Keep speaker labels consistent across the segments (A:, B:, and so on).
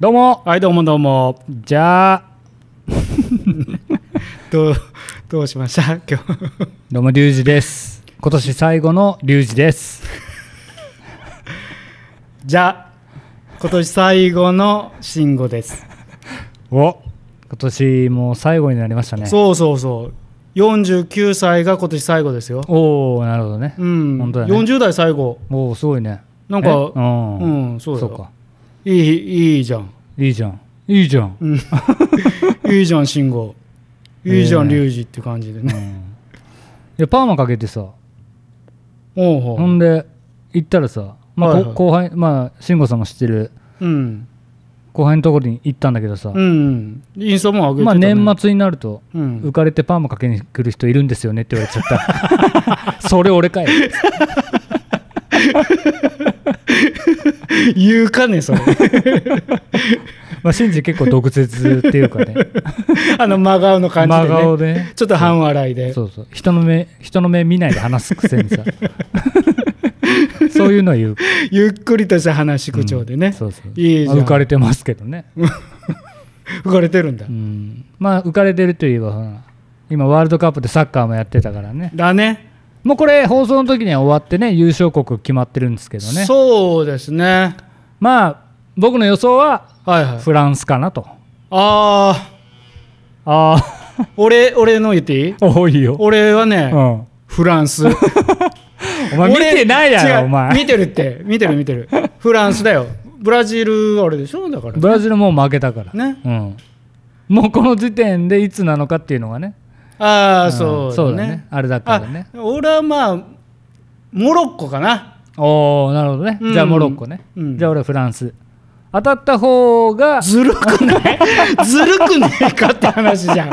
A: どうも
B: はい、どうもどうも。
A: じゃあ
B: どう、どうしました 今日。
A: どうもリュウジです今年最後のリュウジです
B: じゃあ、今年最後の慎吾です。
A: お今年もう最後になりましたね
B: そうそうそう。49歳が今年最後ですよ。
A: おおなるほどね、
B: うん。
A: 本当だね
B: 40代最後。
A: おおすごいね
B: なんか
A: えうん、
B: うん、そうだ
A: そう
B: よ。
A: か
B: いい、いいじゃん。
A: いいじゃんいいじゃん、
B: うん。いいじゃん、慎吾。いいじゃん、
A: ええ
B: リュウジって感じで
A: うん
B: ね。
A: いやパーマかけてさ
B: おうほ
A: ほんで行ったらさ、まあ
B: はいは
A: こ
B: い
A: 後輩まあ慎吾さんも知ってる
B: う。うん。
A: 後輩のところに行ったんだけどさ、
B: うん。インスタも上げて
A: まあ
B: たね。
A: 年末になると
B: 末。うん
A: 浮。かれてパーマかけに来る人いるんですよねって言われちゃった それ俺かい
B: 言うか ね、それ。
A: まあ、シンジ結構毒舌っていうか ね
B: あの、真顔の感じで
A: 真
B: ね。
A: 顔でね
B: ちょっと半笑いで。
A: そうそう人の目人の目見ないで話すくせにさそういうのは言う
B: ゆっくりとした話し口調でね、
A: うんそうそう
B: いいじゃん
A: まあ浮かれてますけどね、
B: 浮かれてるんだ、
A: うん、まあ浮かれてるといえばほら今ワールドカップでサッカーもやってたからね
B: だね
A: もうこれ放送の時には終わってね優勝国決まってるんですけどね
B: そうですね
A: まあ僕の予想は
B: はいはい
A: フランスかなと
B: あ
A: あ
B: あ俺俺の言っていい
A: あ 多いよ、
B: 俺はね
A: う、ん、お
B: フラ ンス
A: 前見てない
B: 俺
A: や
B: 違
A: ろ
B: う
A: お前
B: 見てるって見てる見 てるフランスだよブラジルあれでしょだから
A: ブラジルもう負けたから
B: ね
A: うん、もうこの時点でいつなのかっていうのがね
B: ああ、
A: うん
B: そう
A: そう
B: だ
A: だ
B: ね
A: ねあれだからね
B: あ俺はまあモロッコかな
A: おおなるほどね、
B: うん
A: じゃあモロッコね、
B: うん
A: じゃあ俺はフランス当たった方 が
B: ずるくないずるくないかって話じゃ ん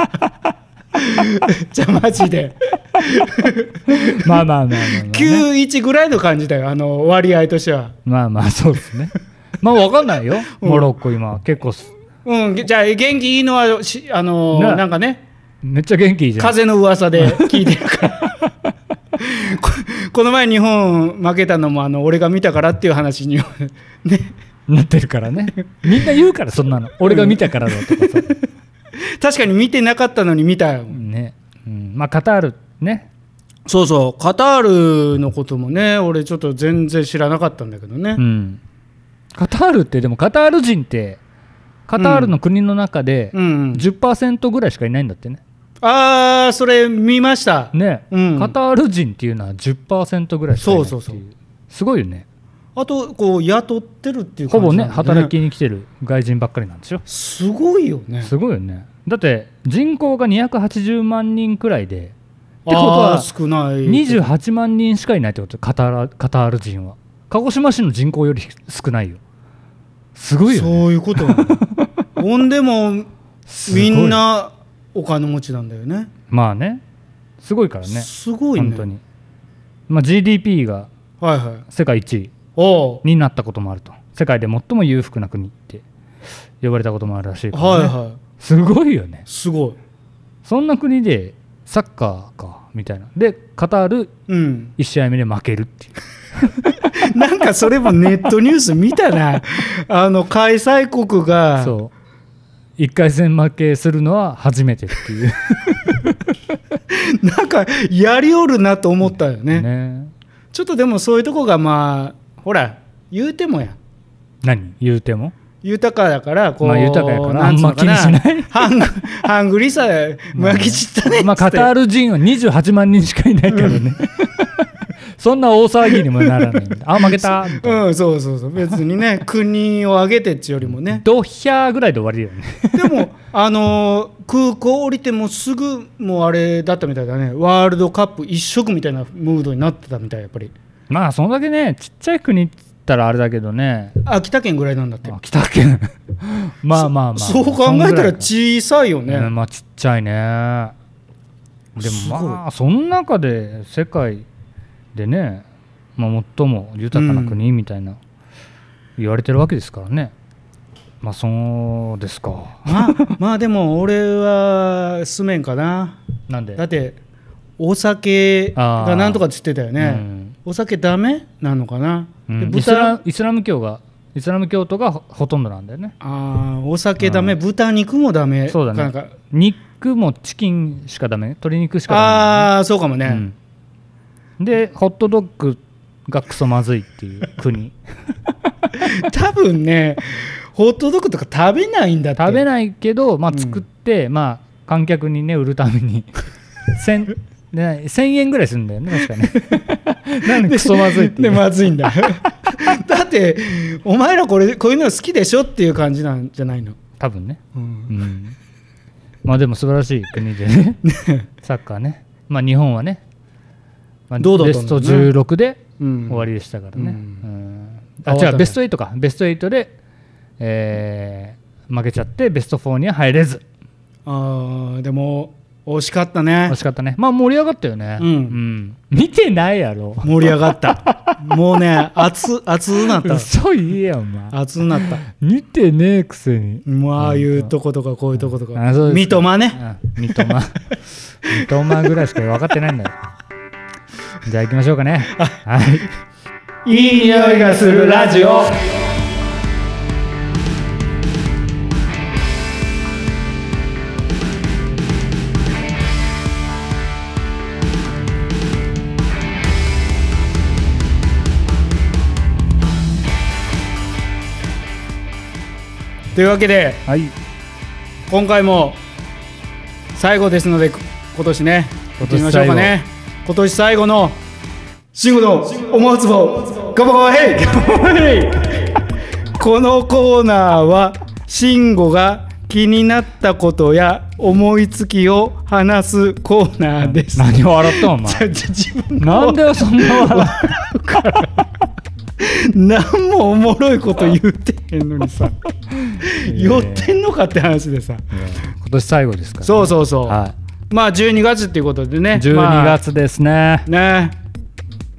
B: じゃあマジで
A: まあまあまあまあまあ、ね、
B: 91ぐらいの感じだよ、あの割合としては。
A: まあまあそうですねまあわかんないよ
B: うん
A: モロッコ今結構す
B: うん、じゃあ、元気いいのはし、あの
A: な
B: なんかね、
A: めっちゃ元気いいじゃん
B: 風の噂で聞いてるから。ここの前、日本負けたのもあの俺が見たからっていう話に、ね、
A: なってるからねみんな言うからそんなの俺が見たからだと かさ、
B: 確かに見てなかったのに見たよ、
A: ね、うん、まあカタールね
B: そうそう、カタールのこともね、俺、ちょっと全然知らなかったんだけどね
A: う、んカタールってでもカタール人ってカタールの国の中で
B: うんうん
A: 10%ぐらいしかいないんだってね
B: あー、それ見ました、
A: ね、
B: うん
A: カタール人っていうのは10%ぐらいしかいないってい
B: そうそうそう
A: すごいよね
B: あとこう雇ってるっていう
A: ほ
B: 感
A: ぼ
B: じ
A: ね
B: なんだ
A: 働きに来てる外人ばっかりなんでしょ
B: すごいよね。
A: すごいよねだって人口が280万人くらいでってこと
B: あ
A: は
B: ー少ない
A: 28万人しかいないってことカタールカタール人は鹿児島市の人口より少ないよすごいよね
B: そういうことなんだ ほんでも
A: すごい
B: みんなお金持ちなんだよね
A: まあねすごいからね
B: すごいね
A: 本当に、まあ、GDP が
B: はいはい
A: 世界1位
B: おう
A: になったこともあると世界で最も裕福な国って呼ばれたこともあるらしいから、ね
B: はいは
A: すごいよね
B: いすごい
A: そんな国でサッカーかみたいなでカタール
B: うん
A: 1試合目で負けるっていう
B: なんかそれもネットニュース見た なあの開催国が
A: そう1回戦負けするのは初めてっていう
B: なんかやりおるなと思ったよね
A: ね
B: ちょっとでもそういうとこがまあほら言うてもや
A: 何言うても
B: 豊かだからこう、
A: まあ豊かやから
B: んつう
A: あんま
B: のな
A: 気にしない
B: ハ ングハングリさ負けちったねっつって、
A: まあ、カタール人は28万人しかいないからね、 そんな大騒ぎにもならないんだあ負けたみたいな、
B: うん、そうそうそう、別 にね、国を挙げてっちよりもね、
A: ドヒャーぐらいで終わりだよね
B: でも、あのー空港降りてもすぐ、もうあれだったみたいだね、ワールドカップ一色みたいなムードになってたみたい、やっぱり、
A: まあそんだけねちっちゃい国っつったらあれだけどね
B: 秋田県ぐらいなんだって、
A: あ北県 まあまあまあ
B: そう考えたら
A: ち
B: 小さいよね、
A: ね、まあちっちゃいねでもまあその中で世界でね、まあ、最も豊かな国みたいな言われてるわけですからね、まあそうですか
B: まあ、まあでも、俺はすめんかな、
A: なんで
B: だって、お酒がなんとかって言ってたよ
A: う
B: ね、
A: ん
B: お酒ダメなのかな、
A: うん
B: で
A: イスライスラム教がイスラム教徒がほほとんどなんだよね
B: あーお酒ダメ、豚肉もダメ
A: そうだね
B: なんか
A: 肉もチキンしかダメ鶏肉しかダ
B: ああーそうかもね、
A: メなんだよね、うんでホットドッグがクソまずいっていう国
B: 多分ねホットドッグとか食べないん だって
A: 食べ
B: い
A: ないけど、ま
B: う
A: あ、
B: ん
A: 作って、まあ観客にね売るために 1000, ね1000円ぐらいするんだよね確かね なんでクソまずいってい
B: で
A: う
B: まずいんだ だってお前らこれこういうの好きでしょっていう感じなんじゃないの、
A: 多分ね
B: うん
A: うんまあでも素晴らしい国で ねサッカーね、まあ、日本はね、まあ、
B: 堂々とね
A: ベスト16で
B: うん
A: 終わりでしたからね、
B: う
A: うんん
B: あ
A: あ
B: 終わっ
A: 違
B: た
A: うん
B: だ
A: ベスト8かベスト8で、えー負けちゃってベスト4には入れず
B: あーでも惜しかったね
A: 惜しかったねまあ盛り上がったよね、
B: うん
A: うん見てないやろ
B: 盛り上がったもうね熱熱なった
A: 嘘言えやお前
B: 熱なった
A: 見てねえくせに
B: もうああいうとことかこういうとことか
A: あそうで
B: 三
A: すか
B: 笘ね
A: うん三笘三笘ぐらいしか分かってないんだよじゃあ行きましょうかねはい
B: いい匂いがするラジオというわけで
A: はい
B: 今回も最後ですのでく今年ね
A: 今年最後
B: 今年ましょうかね今年最後の慎吾の思うつぼガバガバヘイガバガバヘイこのコーナーは慎吾が気になったことや思いつきを話すコーナーです。
A: 何笑ったんお前
B: じゃじゃ自分
A: なんでそんな笑
B: 何もおもろいこと言うてへんの にさ
A: いや
B: 酔ってんのかって話でさ
A: ういや今年最後ですから
B: そうそうそう、
A: は
B: まあ12月っていうことでね
A: い、12月ですね、
B: まあね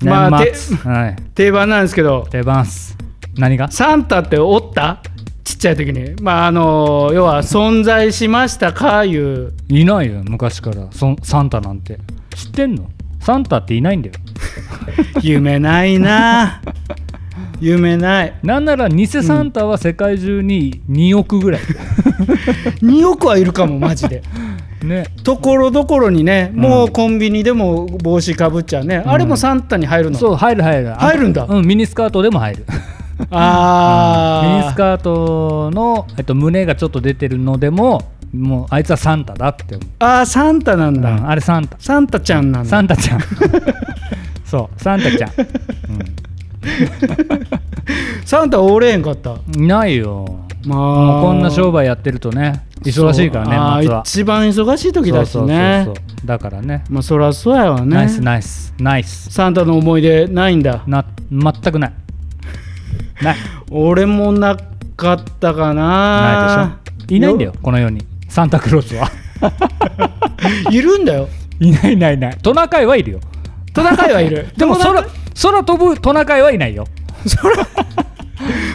B: まあ
A: 年
B: て
A: 末、はい
B: 定番なんですけど
A: 出ます何が
B: サンタっておったちっちゃい時にまああの要は存在しましたかいう
A: いないよ昔からそんサンタなんて知ってんのサンタっていないんだよ
B: 夢な いな夢ない
A: なんなら偽サンタは世界中に2億ぐらい、
B: 2億はいるかもマジで
A: ね
B: ところどころにねもううんコンビニでも帽子かぶっちゃうね、あれもサンタに入るの
A: そう入る入る
B: 入るんだ
A: うんミニスカートでも入る
B: あー
A: ミニスカートの、えっと、胸がちょっと出てるのでももうあいつはサンタだって思う、
B: あーサンタなんだ、
A: うんあれサンタ
B: サンタちゃんなんだ
A: サンタ ちゃんそうサンタちゃん、
B: サンタおれへんかった
A: うんいないよ
B: まあ
A: もうこんな商売やってるとね忙しいからね
B: そうあー
A: 松は
B: 一番忙しい時だしね
A: そうそうそうそうだからね
B: まあそらそうやわね
A: ナイスナイスナイス
B: サンタの思い出ないんだ
A: な全く ないない
B: 俺もなかったかな
A: ないでしょいないんだよこの世にサンタクロースは
B: よ いるんだよ
A: いないいないいないトナカイはいるよ
B: トナカイはいる
A: でも
B: ト
A: 空
B: ナカイ
A: 空飛ぶトナカイはいないよ、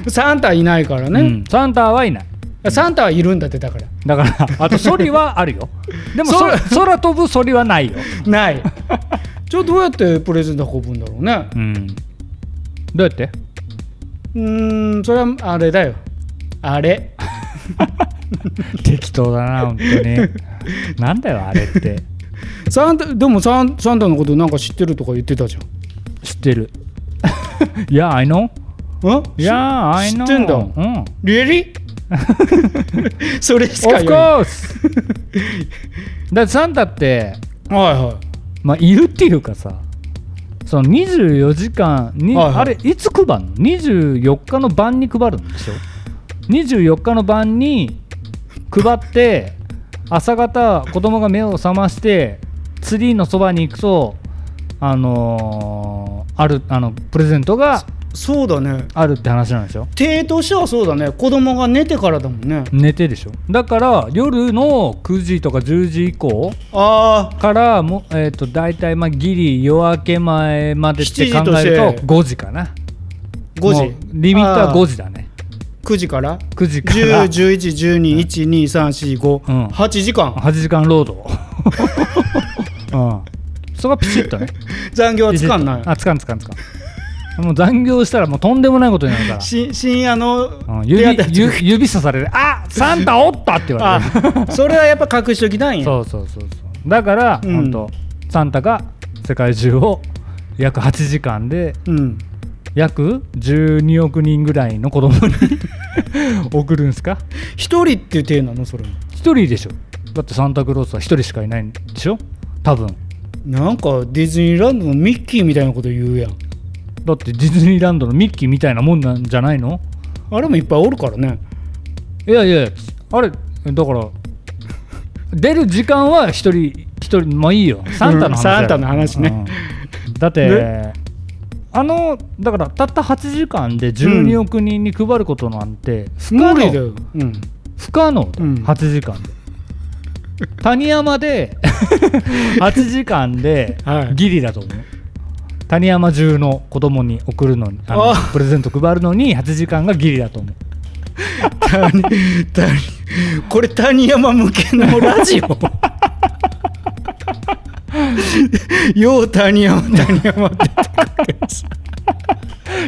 B: サンタいないから
A: う
B: ね
A: ん、サンタはいない
B: サンタはいるんだってだから
A: だからあとソリはあるよでもそ
B: 空
A: 空飛ぶソリはないよ、
B: ない じゃあどうやってプレゼント運ぶんだろうね
A: うん、どうやって
B: うーんそれはあれだよあれ
A: 適当だな本当 になんだよあれって
B: サンタでもサンサンタのことなんか知ってるとか言ってたじゃん
A: 知ってる Yeah I know
B: ん
A: Yeah I know
B: 知ってんだ
A: うん
B: リエ リそれし
A: オ
B: か
A: フ
B: 言
A: コ
B: えない
A: ース だってサンタって、
B: はいは
A: まあ、いるっていうかさその24時間に、
B: はいはい
A: あれいつ配るの24日の晩に配るんでしょ24日の晩に配って朝方子供が目を覚ましてツリーのそばに行くとあのーあるあのプレゼントが
B: いそうだね
A: あるって話なんでしょ
B: 手としてはそうだね子供が寝てからだもんね
A: 寝てでしょだから夜の9時とか10時以降
B: ああ
A: からも、えー、と大体まあギリ夜明け前までって考
B: 7時と
A: え
B: し
A: ると
B: て
A: 5時かな
B: 5
A: も
B: 時
A: うリミットは5時だね
B: 9時から
A: 9時からうん
B: 101112123458時 間
A: 8時間労働うんそこはピシッとね
B: 残業はつかんない
A: あつかんつかんつかんもう残業したらもうとんでもないことになるから
B: し深夜の
A: うん
B: 手
A: 指
B: 当たり
A: ゆ指さされる「あサンタおった!」って言わ
B: あ
A: れる
B: それはやっぱ隠しときたいん や
A: そうそうそうそうだから、
B: うん
A: 本当サンタが世界中を約8時間で
B: うん
A: 約12億人ぐらいの子供 に送るんですか
B: 一人っていう体なのそれも
A: 一人でしょだってサンタクロースは一人しかいないんでしょ多分
B: なんかディズニーランドのミッキーみたいなこと言うやん
A: だってディズニーランドのミッキーみたいなもんなんじゃないの
B: あれもいっぱいおるからね
A: いやいやあれだから出る時間は一人一人まあいいよサンタの話だよ、
B: うんサンタの話ね
A: うんだって、
B: ね
A: あのだからたった8時間で12億人に配ることなんて不可
B: 無
A: 能、
B: 理だよ、うん、
A: 不可能だよ、
B: うん
A: 8時間で谷山 で8時間で
B: はい
A: ギリだと思う、谷山中の子供に送るのにあの
B: あ
A: プレゼント配るのに8時間がギリだと思う
B: 谷谷これ谷山向けのラジオ よう谷山谷山って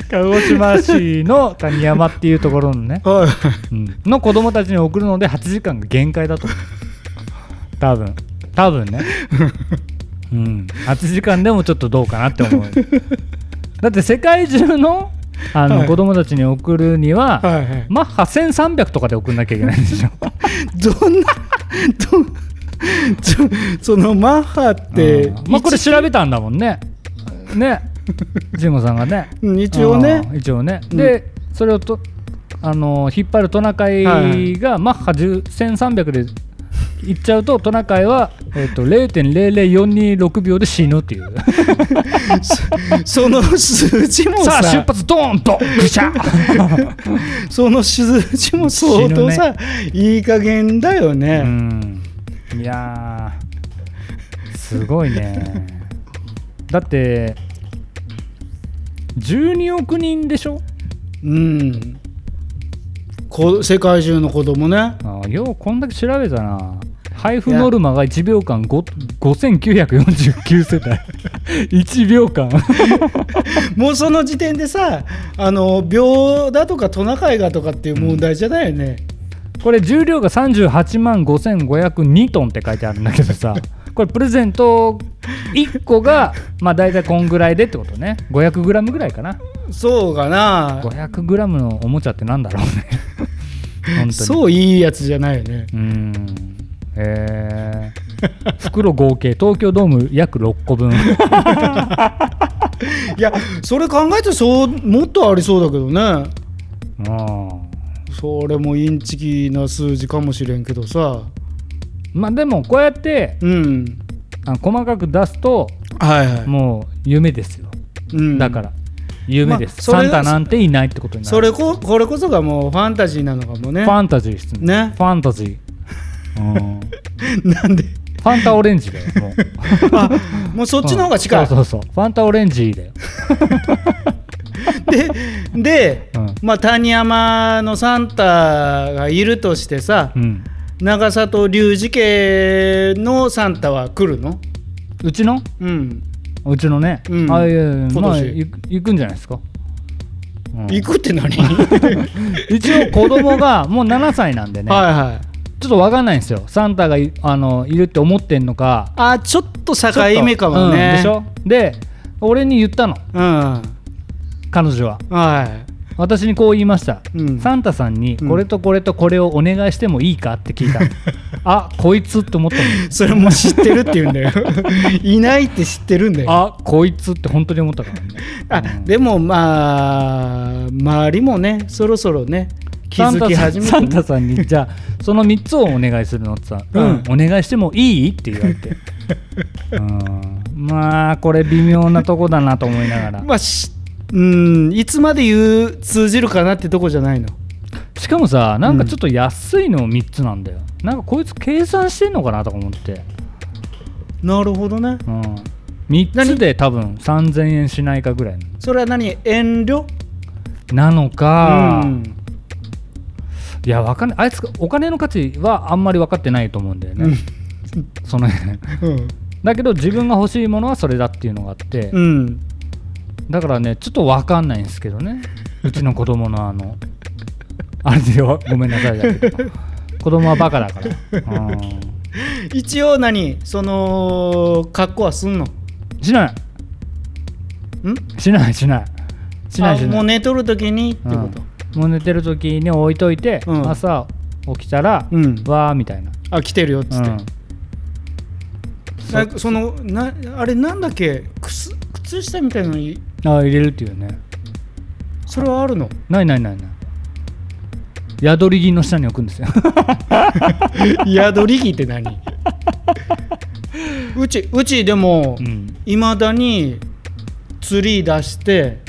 A: 鹿児島市の谷山っていうところのね、
B: はい
A: うんの子供たちに送るので8時間が限界だと思う多分多分ねうん8時間でもちょっとどうかなって思うだって世界中のあの、
B: はい
A: 子供たちに送るには、
B: はいはい
A: マッハ1300とかで送んなきゃいけないんで しょ
B: どんなどちょそのマッハって、
A: うんまあこれ調べたんだもんねね慎吾さんがね
B: うん一応ね
A: うん一応ね、
B: うん
A: でそれをとあの引っ張るトナカイがマッハ10 1300で行っちゃうとトナカイは、えっと0.00426秒で死ぬっていう
B: その数字も
A: さ
B: さ
A: あ出発ドーンとぐしゃ
B: その数字も相当さ、いい加減だよ
A: う
B: ね、
A: んいやーすごいねだって12億人でしょ
B: うんこ世界中の子供 ね
A: ああようこんだけ調べたな配布ノルマが1秒間5 5949世帯 1秒間
B: もうその時点でさあの病だとかトナカイがとかっていう問題じゃないよね、
A: これ重量が38万5502トンって書いてあるんだけどさこれプレゼント1個がまあ大体こんぐらいでってことね 500g ぐらいかな
B: そうかな
A: 500g のおもちゃってなんだろうね 本当に
B: そういいやつじゃないよね
A: うーんえー、袋合計東京ドーム約6個分
B: いやそれ考えたらそうもっとありそうだけどね
A: うん
B: それもインチキな数字かもしれんけどさ
A: まあでもこうやって
B: うん
A: あ細かく出すと
B: はいは
A: もう夢ですよ、
B: い、うん、
A: だから夢です、
B: まあそれ
A: サンタなんていないってことになる
B: それここれこそがもうファンタジーなのかもね
A: ファンタジーですね
B: ね
A: ファンタジー、うんフ
B: なんで
A: ァンタオレンジだよ もう
B: あもうそっちの方が近い、
A: うんそうそうそうファンタオレンジだよ、
B: でで、
A: うん
B: まあ、谷山のサンタがいるとしてさ、
A: うん、
B: 長里龍二家のサンタは来るの
A: うちの
B: うん、
A: うちのね、
B: うん
A: あいやいや
B: 今年
A: まあ行く行くんじゃないですか、うん
B: 行くっ て何はい
A: 一応子供が もう7歳なんでね、
B: はい
A: ちょっと分かんないんですよサンタがいあのいるって思ってんのか
B: あちょっと境目かもね
A: ちょっとうんでしょで俺に言ったの
B: うん
A: 彼女は
B: は
A: 私にこう言いました、
B: うん
A: サンタさんに
B: うん
A: これとこれとこれをお願いしてもいいかって聞い たの、あこいつって思った
B: いそれも知ってるって言うん だよいないって知ってるんだ
A: の
B: よ
A: あこいつって本当に思ったからね
B: あでもまあ周りもねそろそろね気
A: サン
B: づ
A: タ
B: き
A: さん
B: 始め
A: サン
B: て
A: タ
B: ね
A: さんにじゃあその3つをお願いするのってさ、
B: う
A: うんん、お願いしてもいいって言われてうんまあこれ微妙なとこだなと思いながら
B: まあしうんいつまで言う通じるかなってとこじゃないの
A: しかもさなんかちょっと安いの3つなんだよ、なんかこいつ計算してんのかなとか思って、
B: なるほどね
A: うん、3つで多分3000円しないかぐらい
B: それは何遠慮
A: なのか、
B: うん
A: いやわかんないあいつお金の価値はあんまり分かってないと思うんだよね、その辺
B: うん
A: だけど自分が欲しいものはそれだっていうのがあって、
B: うん
A: だからねちょっと分かんないんですけどねうちの子供のあの あれでよごめんなさいだけど子供はバカだから、うん、
B: 一応何その格好はすんのん
A: しないしないしないしないしな
B: あ
A: い
B: もう寝とる時にってこと、
A: うんもう寝てる時に置いといて、
B: うん
A: 朝起きたら、
B: うん
A: わーみたいな、
B: あ来てるよっつって、
A: うん
B: なんかそのなあれなんだっけ靴靴下みたいのに
A: あ入れるっていうね
B: それはあるの
A: ないないないない宿り着の下に置くん ですよ
B: 宿り着って何 うちうちでも
A: うん、
B: いま、未だにツリー出して、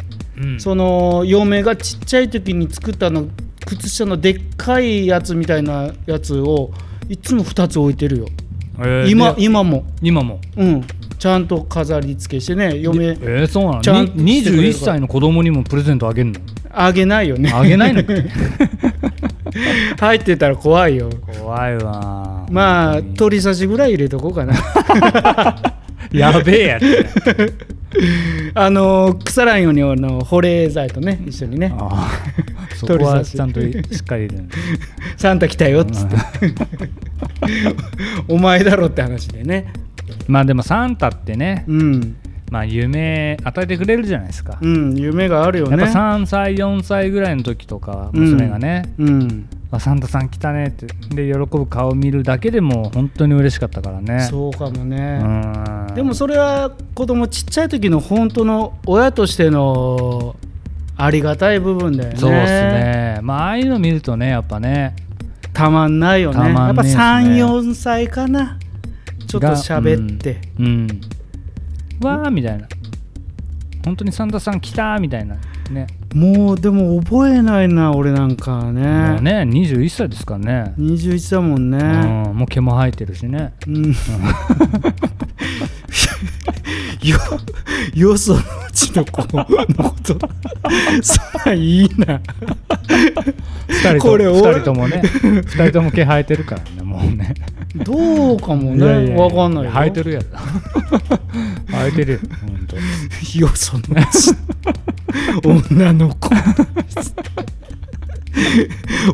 B: その嫁がちっちゃい時に作ったあの靴下のでっかいやつみたいなやつをいつも2つ置いてるよ、
A: えー
B: 今
A: で
B: 今も
A: 今も
B: うんちゃんと飾り付けしてね嫁
A: えー、そうなの
B: ちゃんと
A: に
B: してくれる
A: 21
B: から
A: 歳の子供にもプレゼントあげんの
B: あげないよね
A: あげないのか
B: 入ってたら怖いよ
A: 怖いわ
B: まあ
A: 本当に
B: 鳥刺しぐらい入れとこうかな
A: やべえやつ
B: あの腐らんようにあの保冷剤とね一緒にね
A: あー そこ
B: 鳥
A: は
B: 刺し
A: ちゃんとしっかり入れる
B: サンタ来た よっつって、お前だろって話でね
A: まあでもサンタってね、
B: うん
A: まあ、夢与えてくれるじゃないですか、
B: うん夢があるよ
A: やっ
B: ね
A: ぱ3歳4歳ぐらいの時とか娘がね、
B: うん
A: あサンタさん来たねってで喜ぶ顔見るだけでも本当に嬉しかったからね
B: そうかも
A: う
B: ね、
A: ん
B: でもそれは子供ちっちゃい時の本当の親としてのありがたい部分だよね
A: そうですねまあああいうの見るとねやっぱね
B: たまんないよね
A: たま
B: やっ
A: ん
B: ぱ
A: ねえですね
B: 34歳かなちょっと喋って、
A: うん、うんわーみたいな本当にサンタさん来たーみたいなね
B: もうでも覚えないな俺なんかは
A: もう
B: ね
A: ね21歳ですからね、
B: 21だもんね
A: うん、もう毛も生えてるしね
B: うんよよそのうちの子のことそりゃいいな
A: 2人と
B: これ
A: 二
B: 俺
A: 人ともね2人とも毛生えてるからねもうね
B: どうかも
A: いやいや
B: ねわかんないよ
A: 生えてるやろ生えてるよ本当
B: よそのうち女の 子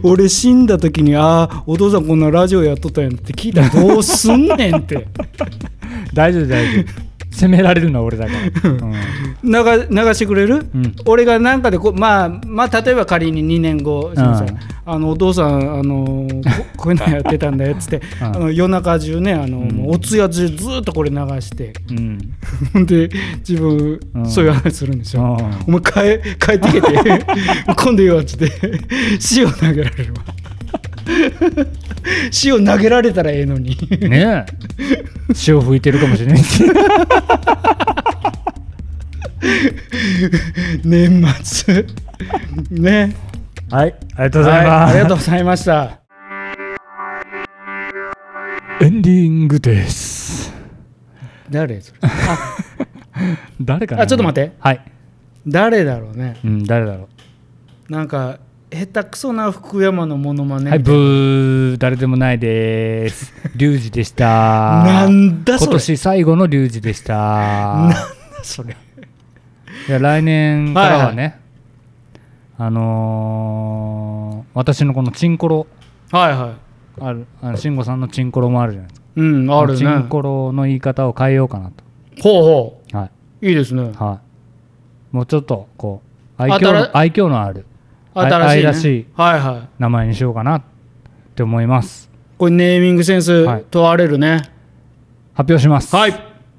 B: 俺死んだ時に「ああお父さんこんなラジオやっとったんや」って聞いたらどうすんねんって
A: 大丈夫大丈夫責められるのは俺だから、うん
B: 流流してくれる、
A: うん
B: 俺がなんかでこうまあまあ例えば仮に2年後すいません
A: うん
B: あのお父さんあのこ こういうのやってたんだよっつって、
A: うん
B: あの夜中中ねあの、
A: うん
B: もうお通夜中ずーっとこれ流して
A: うん
B: で自分、
A: うん
B: そういう話するんですよ、
A: うん
B: お前帰帰ってきて 今度よっつって塩投げられるわ 塩投げられたらええのに
A: ねえ潮吹いてるかもしれないし
B: 年末ね
A: はいありがとうござい
B: は
A: ます、
B: ありがとうございました
A: エンディングです
B: 誰 それ
A: 誰かな
B: あちょっと待って
A: はい、
B: 誰だろうね
A: うん、誰だろ
B: なんか下手くそな福山のモノマ
A: う
B: ネ、
A: はいブー誰でもない ですリュウジでした
B: なんだそれ
A: 今年最後のリュウジでした
B: なそれ
A: いや来年からはね、
B: は
A: あのー私のこのチンコロ
B: はいは
A: あるあの慎吾さんのチンコロもあるじゃないですか
B: いうんある
A: チ
B: ね
A: ンコロの言い方を変えようかな
B: ほうほ
A: と。は
B: ういいですね
A: い。はい。もうちょっと、こう、愛嬌
B: 新
A: の、愛嬌のある
B: 新しい、ね、
A: 愛らしい
B: はいはい
A: 名前にしようかなって思います。
B: これネーミングセンス
A: はい
B: 問われるね
A: 発表します。
B: はい、。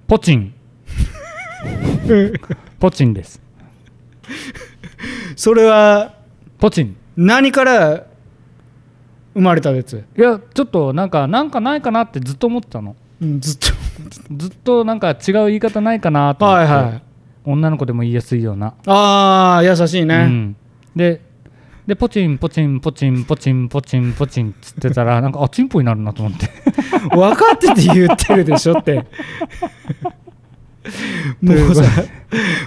A: ポチ ン。ポチンです。
B: それは
A: ポチン。
B: 何から生まれたやつ、
A: いや、ちょっとなんか、なんかないかなってずっと思ってたの。
B: うん、ずっと
A: ずっとなんか違う言い方ないかなと思っ
B: は
A: て、
B: いはい
A: 女の子でも言いやすいような。
B: ああ優しいね、
A: うん、ででポチンポチンポチンポチンポチンポチンっつってた らなんかあチンポになるなと思って
B: 分かってて言ってるでしょ ってもうさ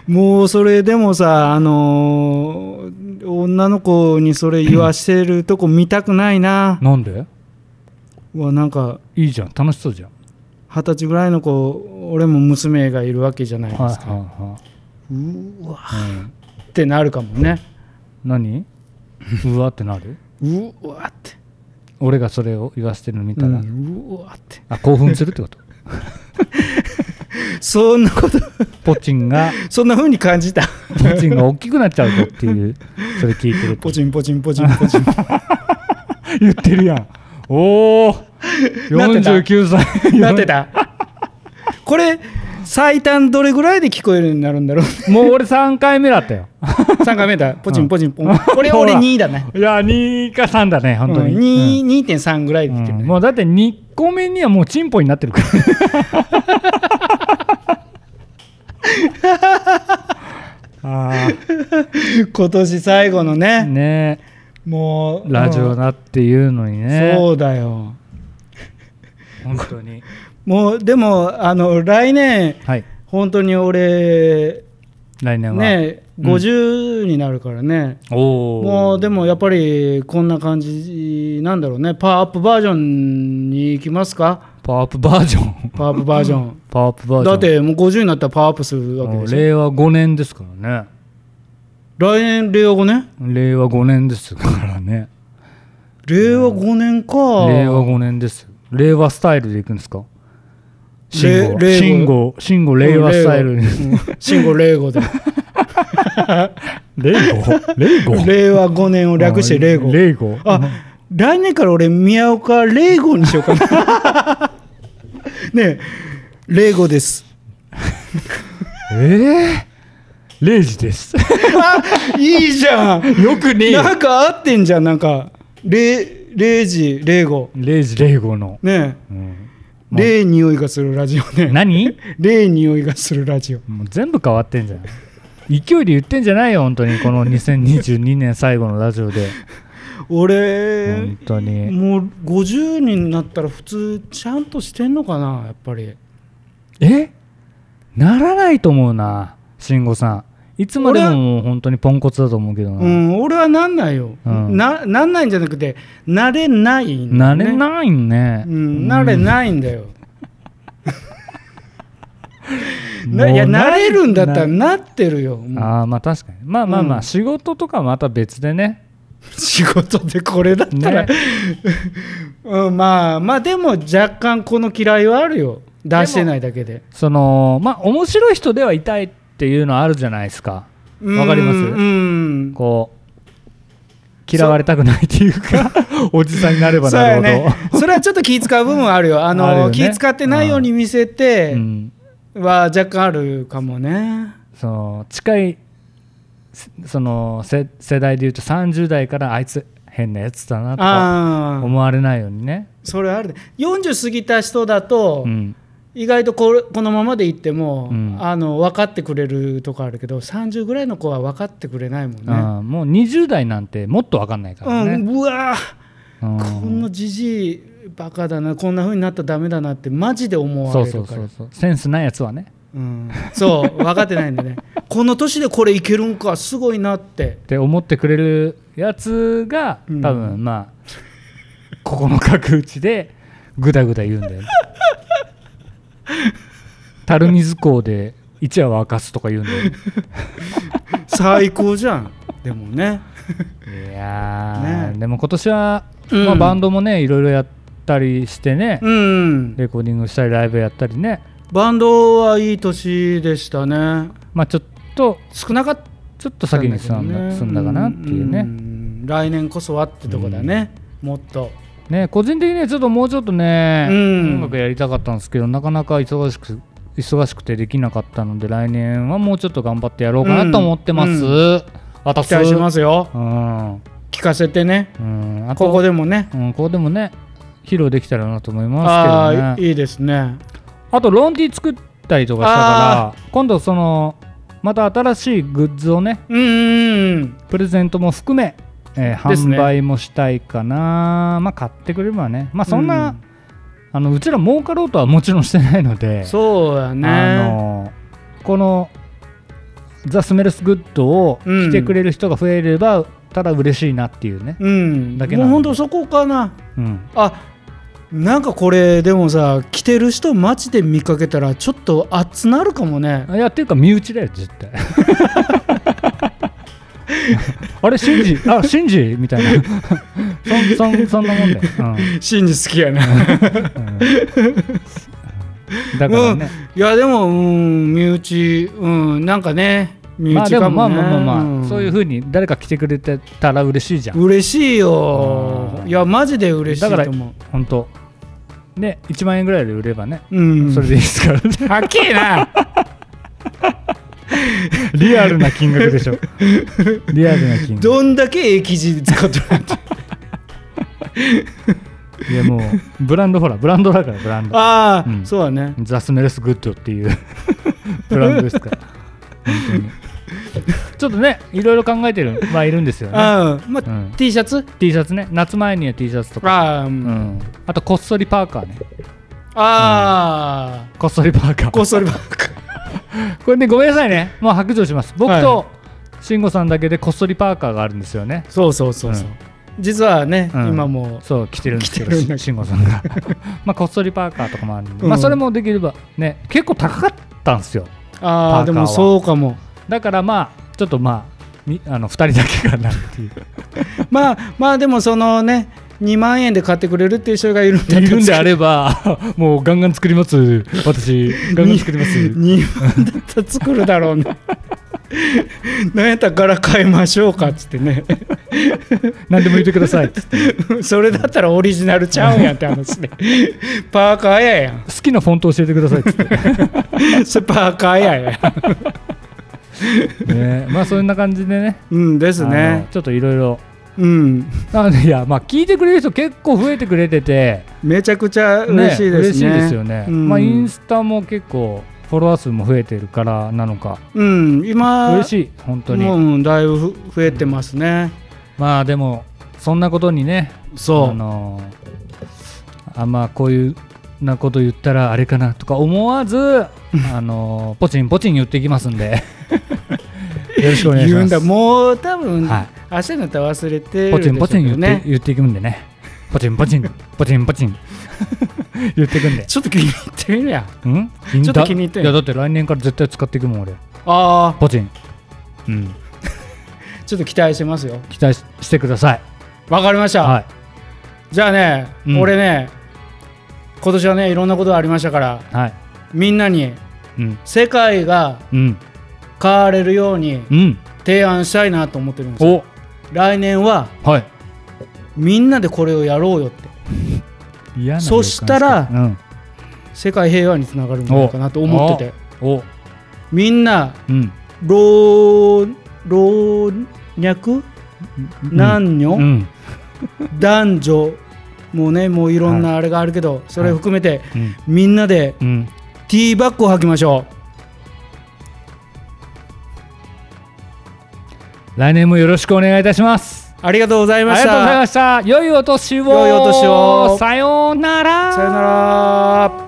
B: もうそれでもさあのー女の子にそれ言わしてるとこ見たくないな
A: なんで
B: はなんか
A: いいじゃん楽しそうじゃん
B: 二十歳ぐらいの子俺も娘がいるわけじゃないですか、
A: はいはいはい
B: うわ
A: うん、
B: ってなるかもね
A: 何うわってなる
B: うわって
A: 俺がそれを言わせてるの見たら、
B: うんうわって
A: あ興奮するってこと
B: そんなこと
A: ポチンが
B: そんな風に感じた
A: ポチンが大きくなっちゃうぞっていうそれ聞いてると
B: ポチンポチンポチンポチン
A: 言ってるやんおお
B: なってた
A: 49歳
B: なってたこれ最短どれぐらいで聞こえるようになるんだろ う
A: もう俺3回目だったよ
B: 3回目だポチンポチンポン俺
A: ほ
B: 俺
A: ら
B: 2だね
A: いや2か3だね本当に、う
B: うん2
A: ん
B: 2.3ぐらいで
A: う
B: きてる
A: ん
B: ね
A: もうだって2個目にはもうチンポになってるから あ
B: 今年最後の
A: あ
B: ね
A: ね
B: もう
A: ラジオだっていうのにね
B: そうだよ
A: 本当に
B: もうでもあの来年
A: はい
B: 本当に俺
A: 来年は
B: ね
A: うん
B: 50になるからね、
A: おお
B: もうでもやっぱりこんな感じなんだろうねパワーアップバージョンに行きますか
A: パワーアップバージョン
B: パワーアップバージョン
A: パワーアップバージョン
B: だってもう50になったらパワーアップするわけ
A: も
B: で
A: う
B: しょ
A: 令和5年ですからね
B: 来年令和5年
A: 令和5年ですからね
B: 令和5年か
A: 令和5年です令和スタイルでいくんですか
B: 令
A: 信号
B: 令
A: 信号
B: 和
A: 信号令和スタイル
B: うん 令和うん信号令和で
A: 令和令 和
B: 令和5年を略して令和
A: 令和
B: あ、来年から俺宮岡霊吾にしようかなねえ霊吾です
A: ええ0時です
B: あいいじゃん
A: よくねえ
B: なんか合ってんじゃんなんか霊霊時霊吾
A: 0時令和の、
B: ね
A: うん
B: え霊匂いがするラジオね
A: 何
B: 霊匂いがするラジオ
A: もう全部変わってんじゃん勢いで言ってんじゃないよ本当にこの2022年最後のラジオで
B: 俺
A: 本当に
B: もう50になったら普通ちゃんとしてんのかなやっぱり
A: えならないと思うな慎吾さんいつまでももう本当にポンコツだと思うけどな、
B: うん俺はなんないよ、
A: うん
B: ななんないんじゃなくて慣れないんだ
A: 慣
B: よね
A: れないね、
B: うん、慣れないんだよ。
A: うん
B: ないや
A: もう
B: 慣れるんだったらなってるよ。もう
A: ああまあ確かにまあまあまあ、
B: うん
A: 仕事とかまた別でね
B: 仕事でこれだったら、
A: ね
B: うん、まあまあでも若干この嫌いはあるよ出してないだけで
A: そのまあ面白い人ではいたいっていうのはあるじゃないですかわかります
B: うんうん
A: こう嫌われたくないっていうかおじさんになれば
B: そう
A: な
B: や
A: るほど
B: ねそれはちょっと気使う部分はあるよあの
A: あるよね
B: 気使ってないように見せて
A: うん、
B: は若干あるかもね
A: その近いせそのせ世代でいうと30代からあいつ変なやつだなとか
B: ああ
A: 思われないようにね、
B: それはあるね40過ぎた人だと、
A: うん、
B: 意外とこれこのままでいっても、
A: うん
B: あの分かってくれるとこあるけど30ぐらいの子は分かってくれないもんね。
A: あーもう20代なんてもっと分かんないから
B: う
A: ね、
B: ん、うわー、
A: うん
B: こんなじじいバカだなこんな風になったらダメだなってマジで思
A: そ
B: わ
A: う
B: れ
A: そ
B: る
A: う
B: か
A: そ
B: ら
A: うそうセンスないやつはね
B: うんそう分かってないんでねこの年でこれいけるんかすごいなって
A: って思ってくれるやつが
B: うん
A: 多分まあ、ここの角打ちでぐだぐだ言うんだ よね垂水港で一夜を明かすとか言うんだよね
B: 最高じゃんでもね
A: いやー、
B: ね
A: でも今年は、
B: うん
A: まあ、バンドもねいろいろやったりしてね、
B: うん
A: レコーディングしたりライブやったりね
B: バンドはいい年でしたね
A: まあちょっと
B: 少なかった
A: ちょっと先に進んだ,、進んだかなっていうね、
B: ん来年こそはってとこだね、もっと
A: ね個人的にはちょっともうちょっとね、
B: うん
A: 音楽やりたかったんですけどなかなか忙しく忙しくてできなかったので来年はもうちょっと頑張ってやろうかなと思ってます、
B: う
A: 私
B: 期待しますよ
A: うん、
B: 聞かせてね
A: うん、あと
B: ここでもね
A: うん、ここでもね披露できたらなと思いますけどね
B: ああーいいですね
A: あとロンティ作ったりとかしたから今度そのまた新しいグッズをね
B: うんうんうん
A: プレゼントも含め、えー
B: ですね
A: 販売もしたいかな、まあ買ってくれればねまあそんな、
B: う
A: あのうちら儲かろうとはもちろんしてないので
B: そうや
A: あ
B: ね
A: のこの「ザ・スメルス・グッド」を
B: うん
A: 来てくれる人が増えれば、ただ嬉しいなっていうね、
B: うん
A: だけ
B: も
A: な
B: うん
A: で
B: ほんとそこかな
A: うん
B: あなんかこれでもさ着てる人街で見かけたらちょっと熱なるかもね
A: いやっていうか身内だよ絶対 あれシンジあシンジみたいなそんそんそんなもんだよ、
B: 真実好きやな
A: うんうんだからね、
B: いやでもうん身内うんなんかね身
A: まあ
B: 内
A: で
B: か
A: もま
B: も
A: あ
B: ね
A: まあまあまあ、
B: ん
A: そういうふうに誰か来てくれてたら嬉しいじゃん
B: 嬉しいよ
A: うん
B: いやマジで嬉し
A: だから
B: いと思う
A: 本当ね1万円ぐらいで売ればね、
B: うん
A: それでいいです からね
B: はっきりな
A: リアルな金額で しょリアルな金額
B: どんだけええ記事使ってもらって
A: いやもうブランドほらブランドだからブランド
B: ああ、
A: うん
B: そうだね
A: ザ・スメルス・グッドっていう ブランドですから本当にちょっとねいろいろ考えてるはいるんですよね
B: ああまあ、
A: うん
B: T シャツ
A: T シャツね夏前には T シャツとか、
B: ああ、う
A: うんん、あとこっそりパーカーね
B: ああ、
A: こっそりパーカー
B: こっそりばっか
A: これねごめんなさいねもう白状します僕
B: は
A: と慎吾さんだけでこっそりパーカーがあるんですよね
B: そうそうそうそう、
A: うん
B: 実はね、
A: うん
B: 今も
A: そう着てるんですけ
B: 着てるん
A: ど
B: だ
A: 慎吾さんが まあこっそりパーカーとかもあるんで、ま
B: う
A: あ
B: ん
A: それもできればね結構高かったんですよパ
B: あ
A: ーカーは
B: あでもそうかも
A: だからまあちょっとまあみあの2人だけかなっていう
B: まあまあでもそのね2万円で買ってくれるっていう人がいるんだ
A: いるんであれ ばもうガンガン作ります私ガンガン作ります
B: 2万だったら作るだろうねなんやったら柄変えましょうかっつってね
A: 何でも言ってくださいっつって
B: それだったらオリジナルちゃうんやって話でパーカーややん
A: 好きなフォント教えてくださいっつって、
B: それパーカーややん
A: ね、まあそんな感じでね
B: うんです
A: あの
B: ね
A: ちょっといろいろ
B: うん
A: なのでいやまあ聞いてくれる人結構増えてくれてて、
B: めちゃくちゃ
A: ね
B: 嬉しいで
A: 嬉
B: すね
A: しいですよね、
B: うん
A: まあインスタも結構フォロワー数も増えてるからなのか
B: うん今
A: 嬉しい本当に、
B: もううんだいぶふ増えてますね、
A: まあでもそんなことにね
B: そ
A: あ
B: う
A: のーあんまこういうなこと言ったらあれかなとか思わ ず、あのーポチンポチン言っていきますんでよろしくお願いし
B: 言う
A: ま
B: んだ
A: す
B: もう多分、
A: はい
B: 明日になったら忘れてる
A: ポ
B: でし
A: チ
B: ょ
A: ン
B: う
A: ポチン
B: け
A: 言
B: ど
A: って,、
B: ね
A: 言っていくんでねポチンポチンポチンポチン 言っていくんで
B: ちょっと気に入ってみるやん
A: うん
B: ちょっと気に入ってん
A: いやだって来年から絶対使っていくもん俺
B: あ
A: ポチンうん
B: あちょっと期待してますよ
A: 期待ししてください
B: わかりました、
A: は
B: じゃあね、
A: うん
B: 俺ね今年はねいろんなことがありましたから
A: いはい
B: みんなに
A: うん
B: 世界が
A: うん
B: 変われるように
A: うん
B: 提案したいなと思ってるんですよ
A: お
B: 来年は
A: はい
B: みんなでこれをやろうよって
A: 嫌な予感
B: そしたら
A: しかうん
B: 世界平和につながるんじゃないかなと思ってて
A: お
B: みんな
A: うん
B: 老老若男女、
A: うん
B: 男女もうねもういろんなあれがあるけど、それ含めて
A: うん
B: みんなで
A: うん
B: ティーバッグを履きましょ
A: 来年もよろしくお願いいたします
B: うありがとうござい
A: あり
B: ま
A: が
B: し
A: とうござい
B: た
A: ました良いお年を
B: 良いお年を
A: さようなら
B: さよなら